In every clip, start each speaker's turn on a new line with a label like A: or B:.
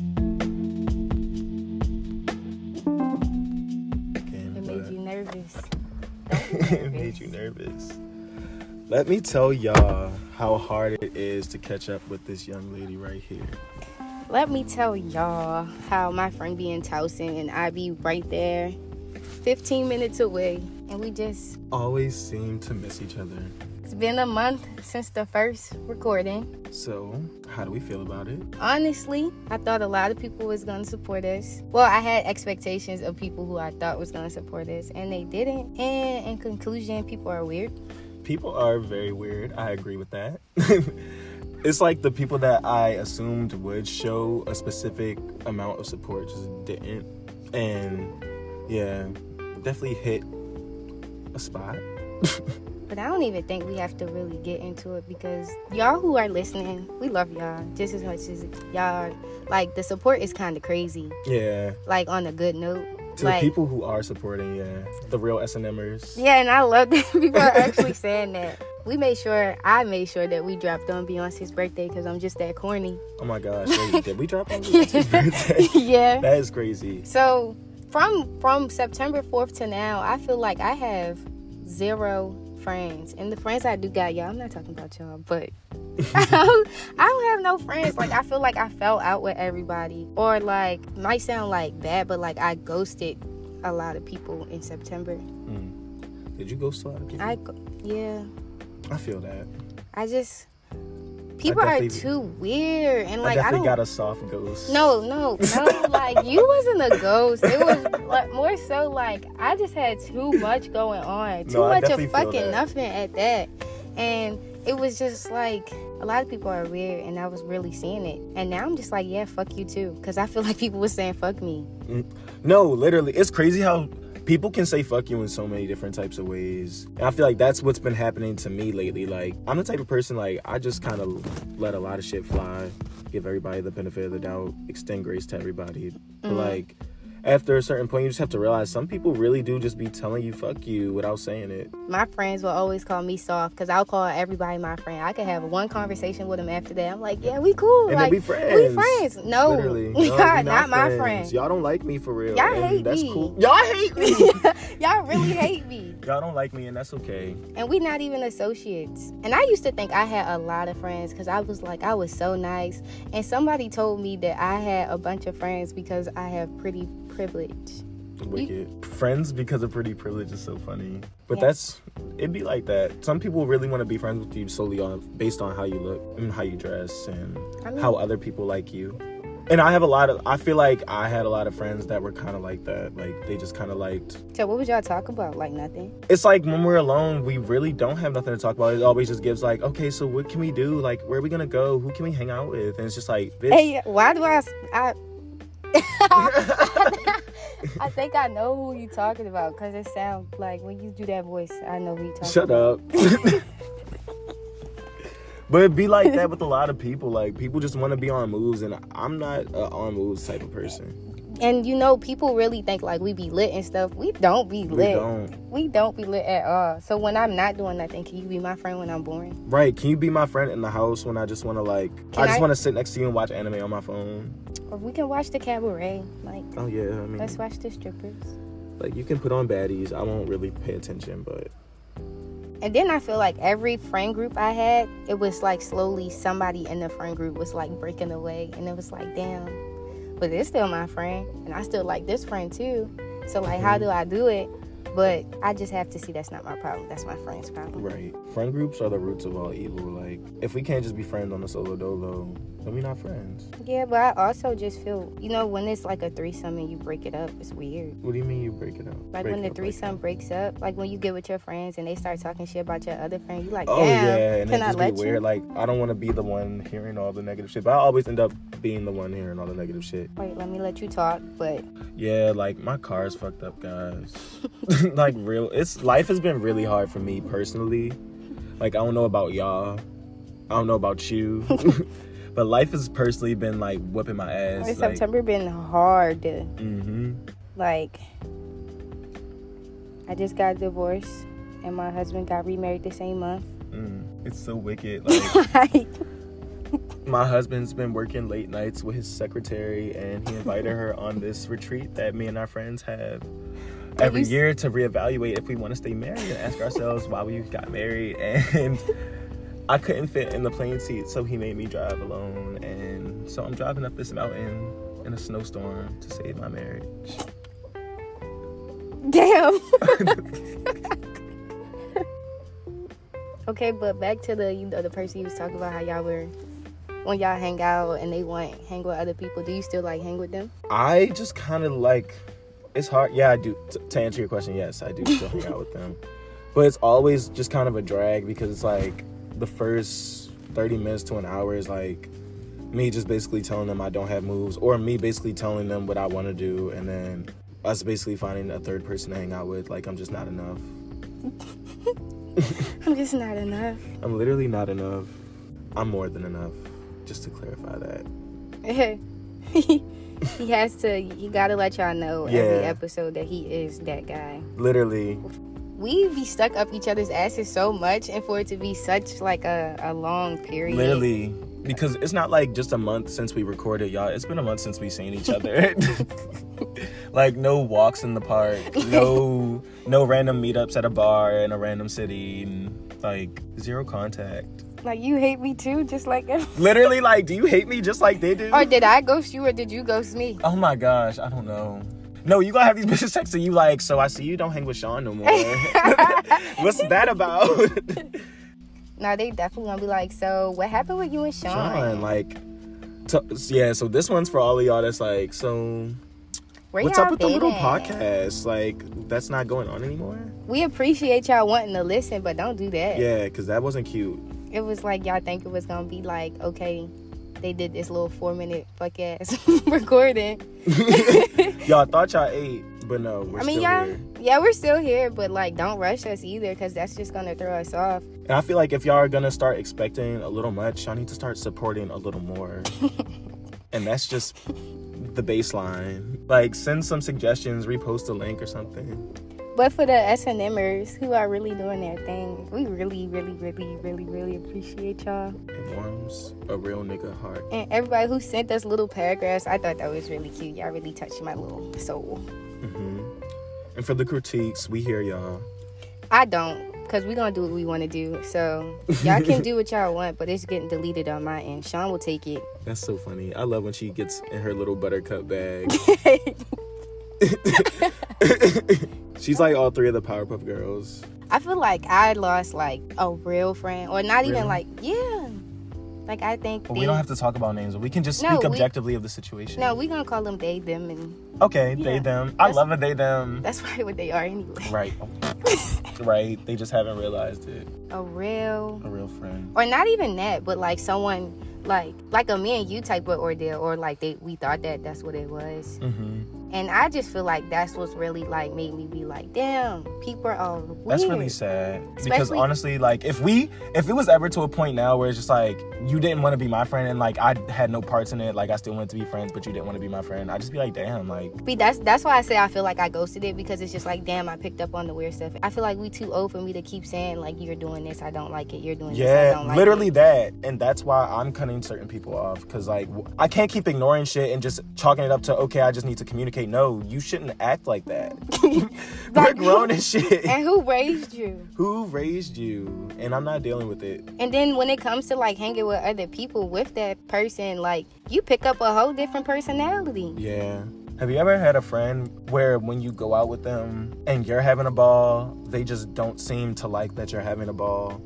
A: it made you nervous. Let me tell y'all how hard it is to catch up with this young lady right here.
B: Let me tell y'all how my friend be in Towson and I be right there, 15 minutes away. And we just,
A: Always seem to miss each other.
B: it's been a month since the first recording.
A: So, how do we feel about it?
B: Honestly, I thought a lot of people was gonna support us. Well, I had expectations of people who I thought was gonna support us and they didn't. And in conclusion, people are weird.
A: People are very weird. I agree with that. it's like the people that I assumed would show a specific amount of support just didn't. And yeah, definitely hit a spot.
B: But I don't even think we have to really get into it because y'all who are listening, we love y'all just as much as y'all. Like the support is kind of crazy.
A: Yeah.
B: Like on a good note.
A: To
B: like
A: the people who are supporting, yeah. The real SNMers.
B: yeah, and I love that people are actually saying that. We made sure I made sure that we dropped on Beyonce's birthday because I'm just that corny.
A: Oh my gosh. Wait, did we drop on Beyonce's birthday?
B: yeah.
A: That is crazy.
B: So from from September 4th to now, I feel like I have zero friends, and the friends I do got, y'all. I'm not talking about y'all, but I don't, I don't have no friends. Like I feel like I fell out with everybody, or like might sound like bad, but like I ghosted a lot of people in September.
A: Mm. Did you go so out of people?
B: I go- yeah,
A: I feel that.
B: I just people are
A: definitely-
B: too weird, and like
A: I
B: I
A: definitely
B: don't
A: got a soft ghost.
B: No, no, no. like you wasn't a ghost. It was like more so like I just had too much going on, too
A: No, I
B: much
A: definitely
B: of
A: feel
B: fucking
A: that.
B: nothing at that, and it was just like a lot of people are weird, and I was really seeing it, and now I'm just like, yeah, fuck you too, because I feel like people were saying fuck me.
A: No, literally, it's crazy how people can say fuck you in so many different types of ways. And I feel like that's what's been happening to me lately. Like, I'm the type of person like I just kind of let a lot of shit fly, give everybody the benefit of the doubt, extend grace to everybody. But,
B: Mm.
A: Like, after a certain point, you just have to realize some people really do just be telling you fuck you without saying it.
B: My friends will always call me soft because I'll call everybody my friend. I could have one conversation with them after that. I'm like, yeah, we cool.
A: And then
B: like,
A: we friends.
B: friends. No,
A: Literally,
B: we
A: No,
B: are
A: we
B: not, my friend.
A: Y'all don't like me for real.
B: Y'all
A: and
B: hate
A: that's
B: me.
A: cool. Y'all hate me.
B: Y'all really hate me.
A: Y'all don't like me, and that's okay.
B: and we not even associates. And I used to think I had a lot of friends because I was like, I was so nice. And somebody told me that I had a bunch of friends because I have pretty privilege.
A: Wicked. Friends because of pretty privilege is so funny. But
B: Yeah.
A: that's it'd be like that. Some people really want to be friends with you solely on based on how you look and how you dress and
B: I mean-
A: how other people like you. And I have a lot of I feel like I had a lot of friends that were kind of like that. Like they just kind of liked
B: So what would y'all talk about? Like nothing.
A: it's like when we're alone, we really don't have nothing to talk about. It always just gives like, okay, so what can we do? Like, where are we gonna go? Who can we hang out with? And it's just like, bitch,
B: Hey, why do I? s- I I think I know who you talking about because it sounds like when you do that voice, I know who you talking.
A: Shut up. but it'd be like that with a lot of people. Like people just want to be on moves, and I'm not a on moves type of person.
B: And you know, people really think like we be lit and stuff. We don't be
A: We
B: lit.
A: don't.
B: We don't be lit at all. So when I'm not doing nothing, can you be my friend when I'm boring?
A: Right? Can you be my friend in the house when I just want to like?
B: Can
A: I just
B: I-
A: want to sit next to you and watch anime on my phone.
B: Or we can watch the cabaret. Like,
A: Oh yeah, I mean,
B: let's watch the strippers.
A: like you can put on baddies. I won't really pay attention, but
B: And then I feel like every friend group I had, it was like slowly somebody in the friend group was like breaking away. And it was like, damn, but it's still my friend. And I still like this friend too. So, like, how
A: Mm-hmm.
B: do I do it? But I just have to see that's not my problem. That's my friend's problem.
A: right. Friend groups are the roots of all evil. Like if we can't just be friends on the solo dolo, then we not friends.
B: Yeah, but I also just feel, you know, when it's like a threesome and you break it up, it's weird.
A: What do you mean you break it up?
B: Like
A: Break
B: when
A: it up like
B: the
A: that?
B: threesome breaks up, like when you get with your friends and they start talking shit about your other friend, you like, damn,
A: Oh yeah, and
B: can
A: it
B: I
A: just
B: let
A: be
B: you?
A: weird. Like I don't want to be the one hearing all the negative shit, but I always end up being the one hearing all the negative shit.
B: Wait, let me let you talk, but
A: Yeah, like my car is fucked up, guys. like real, it's life has been really hard for me personally. Like I don't know about y'all, I don't know about you, but life has personally been like whipping my ass.
B: it's
A: like,
B: September been hard.
A: hmm
B: Like, I just got divorced, and my husband got remarried the same month.
A: mm, it's so wicked. Like
B: Like,
A: my husband's been working late nights with his secretary and he invited her on this retreat that me and our friends have every
B: you s-
A: year to reevaluate if we want to stay married and ask ourselves why we got married. And I couldn't fit in the plane seat, so he made me drive alone. And so I'm driving up this mountain in a snowstorm to save my marriage.
B: Damn. okay, but back to the you know, the person you was talking about how y'all were when y'all hang out and they want hang with other people. Do you still like hang with them?
A: I just kind of like it's hard. Yeah, I do. T- to answer your question, yes, I do still hang out with them, but it's always just kind of a drag because it's like the first thirty minutes to an hour is like me just basically telling them I don't have moves, or me basically telling them what I want to do, and then us basically finding a third person to hang out with. Like I'm just not enough.
B: I'm just not enough.
A: I'm literally not enough. I'm more than enough. Just to clarify that.
B: he has to. He gotta let y'all know every
A: Yeah.
B: episode that he is that guy.
A: Literally,
B: We be stuck up each other's asses so much, and for it to be such like a, a long period.
A: Literally, because it's not like just a month since we recorded, y'all. It's been a month since we've seen each other. like no walks in the park, no no random meetups at a bar in a random city, and like zero contact.
B: Like you hate me too, just like.
A: Literally, like, do you hate me just like they do?
B: or did I ghost you, or did you ghost me?
A: oh my gosh, I don't know. No, you gonna have these bitches texting you like, so I see you don't hang with Sean no more. What's that about?
B: Now they definitely gonna be like, so what happened with you and Sean?
A: Sean, like, t- yeah. So this one's for all of y'all that's like, so
B: Where
A: What's
B: y'all
A: up with the little
B: been?
A: podcast? Like, that's not going on anymore?
B: We appreciate y'all wanting to listen, but don't do that.
A: Yeah, because that wasn't cute.
B: It was like y'all think it was gonna be like, okay, they did this little four minute fuck ass recording.
A: y'all thought y'all ate, but no, we're
B: I mean,
A: still
B: y'all,
A: here.
B: yeah, we're still here, but like, don't rush us either, because that's just gonna throw us off.
A: And I feel like if y'all are going to start expecting a little much, y'all need to start supporting a little more. and that's just the baseline. Like, send some suggestions, repost a link or something.
B: But for the S and Mers who are really doing their thing, we really, really, really, really, really appreciate y'all.
A: It warms a real nigga heart.
B: And everybody who sent us little paragraphs, I thought that was really cute. Y'all really touched my little soul.
A: hmm And for the critiques, we hear y'all.
B: I don't, because we're gonna do what we wanna do. So y'all can do what y'all want, but it's getting deleted on my end. Sean will take it.
A: That's so funny. I love when she gets in her little buttercup bag. She's like all three of the Powerpuff Girls.
B: I feel like I lost like a real friend, or not even
A: Really?
B: like yeah. Like I think
A: Well,
B: they,
A: we don't have to talk about names. We can just
B: No,
A: speak
B: we-
A: objectively of the situation.
B: no, we gonna call them they them, and
A: Okay, they
B: Yeah.
A: them. I
B: That's-
A: love a they them.
B: that's probably what they are anyway.
A: Right. right. They just haven't realized it.
B: A real,
A: A real friend.
B: or not even that, but like someone like like a me and you type of ordeal, or like they we thought that that's what it was.
A: hmm
B: And I just feel like that's what's really like made me be like, damn, people are all weird.
A: That's really sad. because
B: Especially-
A: honestly, like if we if it was ever to a point now where it's just like you didn't want to be my friend and like I had no parts in it, like I still wanted to be friends, but you didn't want to be my friend, I'd just be like, damn, like
B: But that's that's why I say I feel like I ghosted it because it's just like damn I picked up on the weird stuff. I feel like we too old for me to keep saying like you're doing this I don't like it you're doing this I
A: Yeah,
B: don't like
A: literally
B: it.
A: that. And that's why I'm cutting certain people off because, like, w- I can't keep ignoring shit and just chalking it up to, okay, I just need to communicate. No, you shouldn't act like that. We're
B: But-
A: grown and shit.
B: And who raised you?
A: Who raised you? And I'm not dealing with it.
B: And then when it comes to like hanging with other people with that person like you pick up a whole different personality.
A: Yeah. Have you ever had a friend where when you go out with them and you're having a ball, they just don't seem to like that you're having a ball?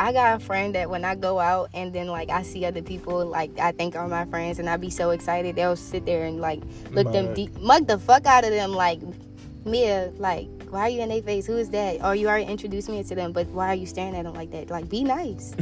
B: I got a friend that when I go out and then like I see other people like I think are my friends and I be so excited they'll sit there and like look them
A: Mug.
B: deep mug the fuck out of them like Mia like why are you in their face who is that or you already introduced me to them but why are you staring at them like that like be nice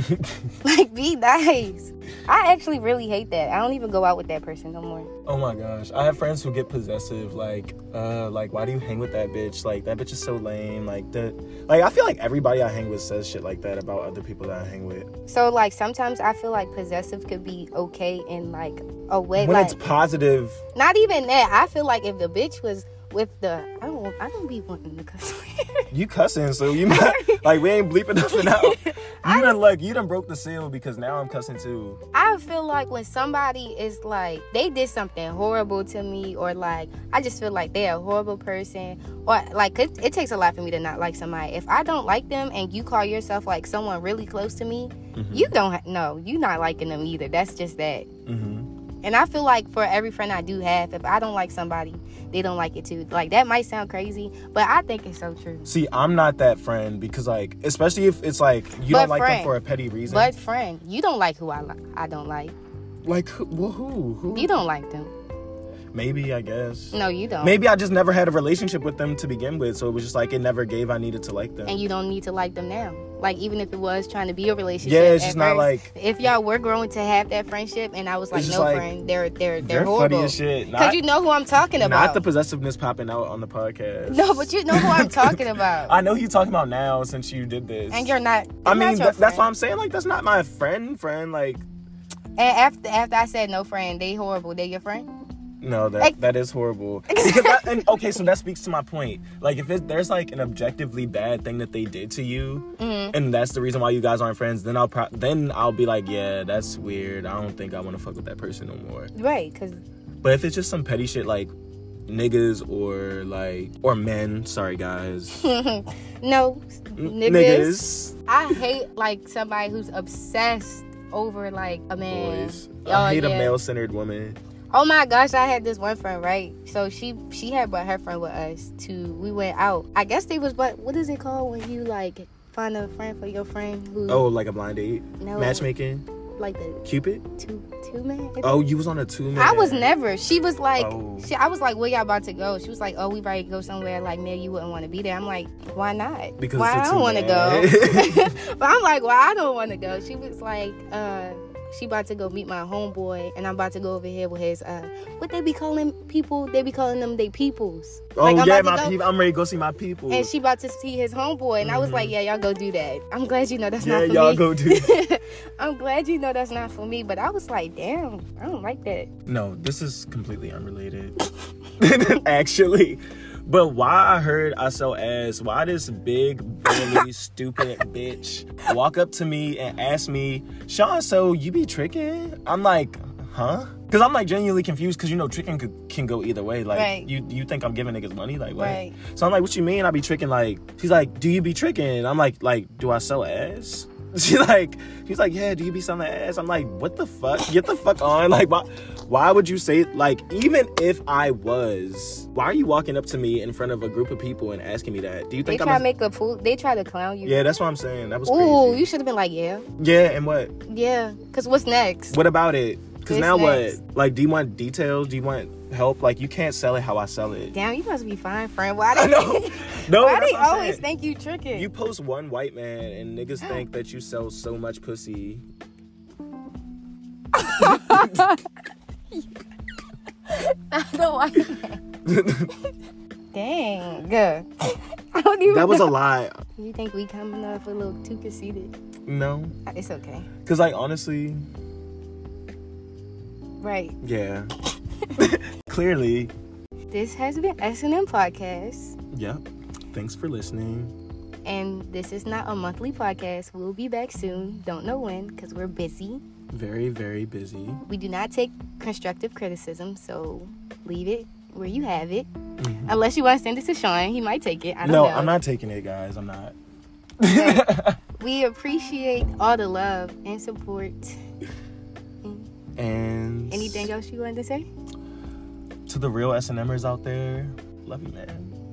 B: like be nice I actually really hate that I don't even go out with that person no more
A: Oh my gosh. I have friends who get possessive, like, uh, like why do you hang with that bitch? Like that bitch is so lame. Like that like I feel like everybody I hang with says shit like that about other people that I hang with.
B: so like sometimes I feel like possessive could be okay in like a way
A: when
B: like
A: it's positive,
B: Not even that. I feel like if the bitch was with the, I don't, I don't be wanting to cuss.
A: you cussing, so you might, like we ain't bleeping nothing out. You done like you done broke the seal because now I'm cussing too.
B: I feel like when somebody is like they did something horrible to me, or like I just feel like they're a horrible person, or like it, it takes a lot for me to not like somebody. If I don't like them, and you call yourself like someone really close to me,
A: Mhm.
B: you don't ha- no, you not liking them either. That's just that.
A: Mhm.
B: And I feel like for every friend I do have, if I don't like somebody, they don't like it too. Like that might sound crazy, but I think it's so true.
A: See, I'm not that friend because like, especially if it's like you
B: But
A: don't like them
B: friend.
A: for a petty reason.
B: But friend, you don't like who I li- I don't like.
A: like, who, well, who? Who?
B: You don't like them.
A: Maybe I guess.
B: No, you don't.
A: Maybe I just never had a relationship with them to begin with, so it was just like it never gave. I needed to like them.
B: and you don't need to like them now. Like even if it was trying to be a relationship.
A: yeah, it's
B: at
A: just not
B: first,
A: like
B: if y'all were growing to have that friendship, and I was like,
A: It's just
B: no,
A: like,
B: friend, they're they're they're,
A: they're funny
B: horrible.
A: as shit.
B: Because
A: Not,
B: you know who I'm talking
A: not
B: about.
A: the possessiveness popping out on the podcast.
B: no, but you know who I'm talking about,
A: I know who you're talking about now since you did this.
B: and you're not.
A: I mean,
B: that's
A: th- that's why I'm saying like that's not my friend. Friend, like
B: And after after I said no, friend, they horrible. They your friend.
A: No, that
B: Like-
A: that is horrible. Because that, and okay, so that speaks to my point. Like, if it, there's like an objectively bad thing that they did to you,
B: Mm-hmm.
A: and that's the reason why you guys aren't friends, then I'll pro- then I'll be like, yeah, that's weird. I don't think I want to fuck with that person no more.
B: Right, because
A: But if it's just some petty shit like niggas or like or men, sorry guys,
B: no,
A: N-
B: niggas. I hate like somebody who's obsessed over like a man.
A: boys.
B: Oh,
A: I hate
B: yeah.
A: a male-centered woman.
B: Oh my gosh, I had this one friend, right? So she she had brought her friend with us to we went out. I guess they was but what is it called when you like find a friend for your friend who
A: Oh, like a blind date,
B: no
A: matchmaking,
B: like the
A: Cupid.
B: two two man.
A: Oh, you was on a two-man.
B: I was never. She was like,
A: Oh.
B: she, I was like, where y'all about to go? She was like, oh, we about to go somewhere. Like, maybe you wouldn't want to be there. I'm like, why not?
A: Because
B: why
A: it's a
B: I don't want to
A: two-man.
B: go. but I'm like, why I don't want to go? She was like, uh, she about to go meet my homeboy, and I'm about to go over here with his uh, what they be calling people? They be calling them they peoples.
A: Oh
B: Like, I'm
A: yeah,
B: about to
A: my
B: go-
A: people. I'm ready to go see my people.
B: And she about to see his homeboy, and I was
A: Mhm.
B: like, yeah, y'all go do that. I'm glad you know that's
A: yeah,
B: not for
A: y'all
B: me.
A: go do.
B: I'm glad you know that's not for me. But I was like, damn, I don't like that.
A: no, this is completely unrelated, actually. But why I heard I so ass? Why this big bully stupid bitch walk up to me and ask me, Sean? So you be tricking? I'm like, huh? Because I'm like genuinely confused. Because you know, tricking could, can go either way. Like
B: Right.
A: you, you think I'm giving niggas money? Like what?
B: Right.
A: So I'm like, what you mean? I be tricking? Like she's like, do you be tricking? I'm like, like do I sell ass? She like, she's like, yeah. Do you be selling ass? I'm like, what the fuck? Get the fuck on! Like why? Why would you say like even if I was? Why are you walking up to me in front of a group of people and asking me that? Do you
B: They
A: think
B: try
A: I'm? A-
B: to make a fool. They try to clown you.
A: yeah, that's what I'm saying. That was
B: Ooh,
A: crazy.
B: you should have been like, yeah,
A: Yeah, and what?
B: yeah. Cause what's next?
A: What about it? Because
B: It's
A: now
B: next.
A: what? Like, do you want details? Do you want help? Like, you can't sell it how I sell it.
B: Damn, you must be fine, friend. Why
A: I
B: they,
A: know. No,
B: why
A: that's
B: they
A: what I'm
B: always
A: saying.
B: think you tricking?
A: You post one white man and niggas think that you sell so much pussy.
B: I don't like that. Dang, good. I don't even.
A: That was a
B: know.
A: lie.
B: You think we coming off a little too conceited?
A: No.
B: Uh, It's okay,
A: Cause like honestly,
B: right?
A: yeah. Clearly.
B: This has been S and M podcast,
A: Yep. Thanks for listening.
B: and this is not a monthly podcast. We'll be back soon. Don't know when, cause we're busy.
A: Very, very busy.
B: We do not take constructive criticism, so leave it where you have it. Unless you want to send it to Sean, he might take it. I don't
A: Mm-hmm. No,
B: know.
A: I'm not taking it, guys. I'm not.
B: We appreciate all the love and support.
A: and
B: Anything else you wanted to say?
A: to the real SMers out there, love you, man.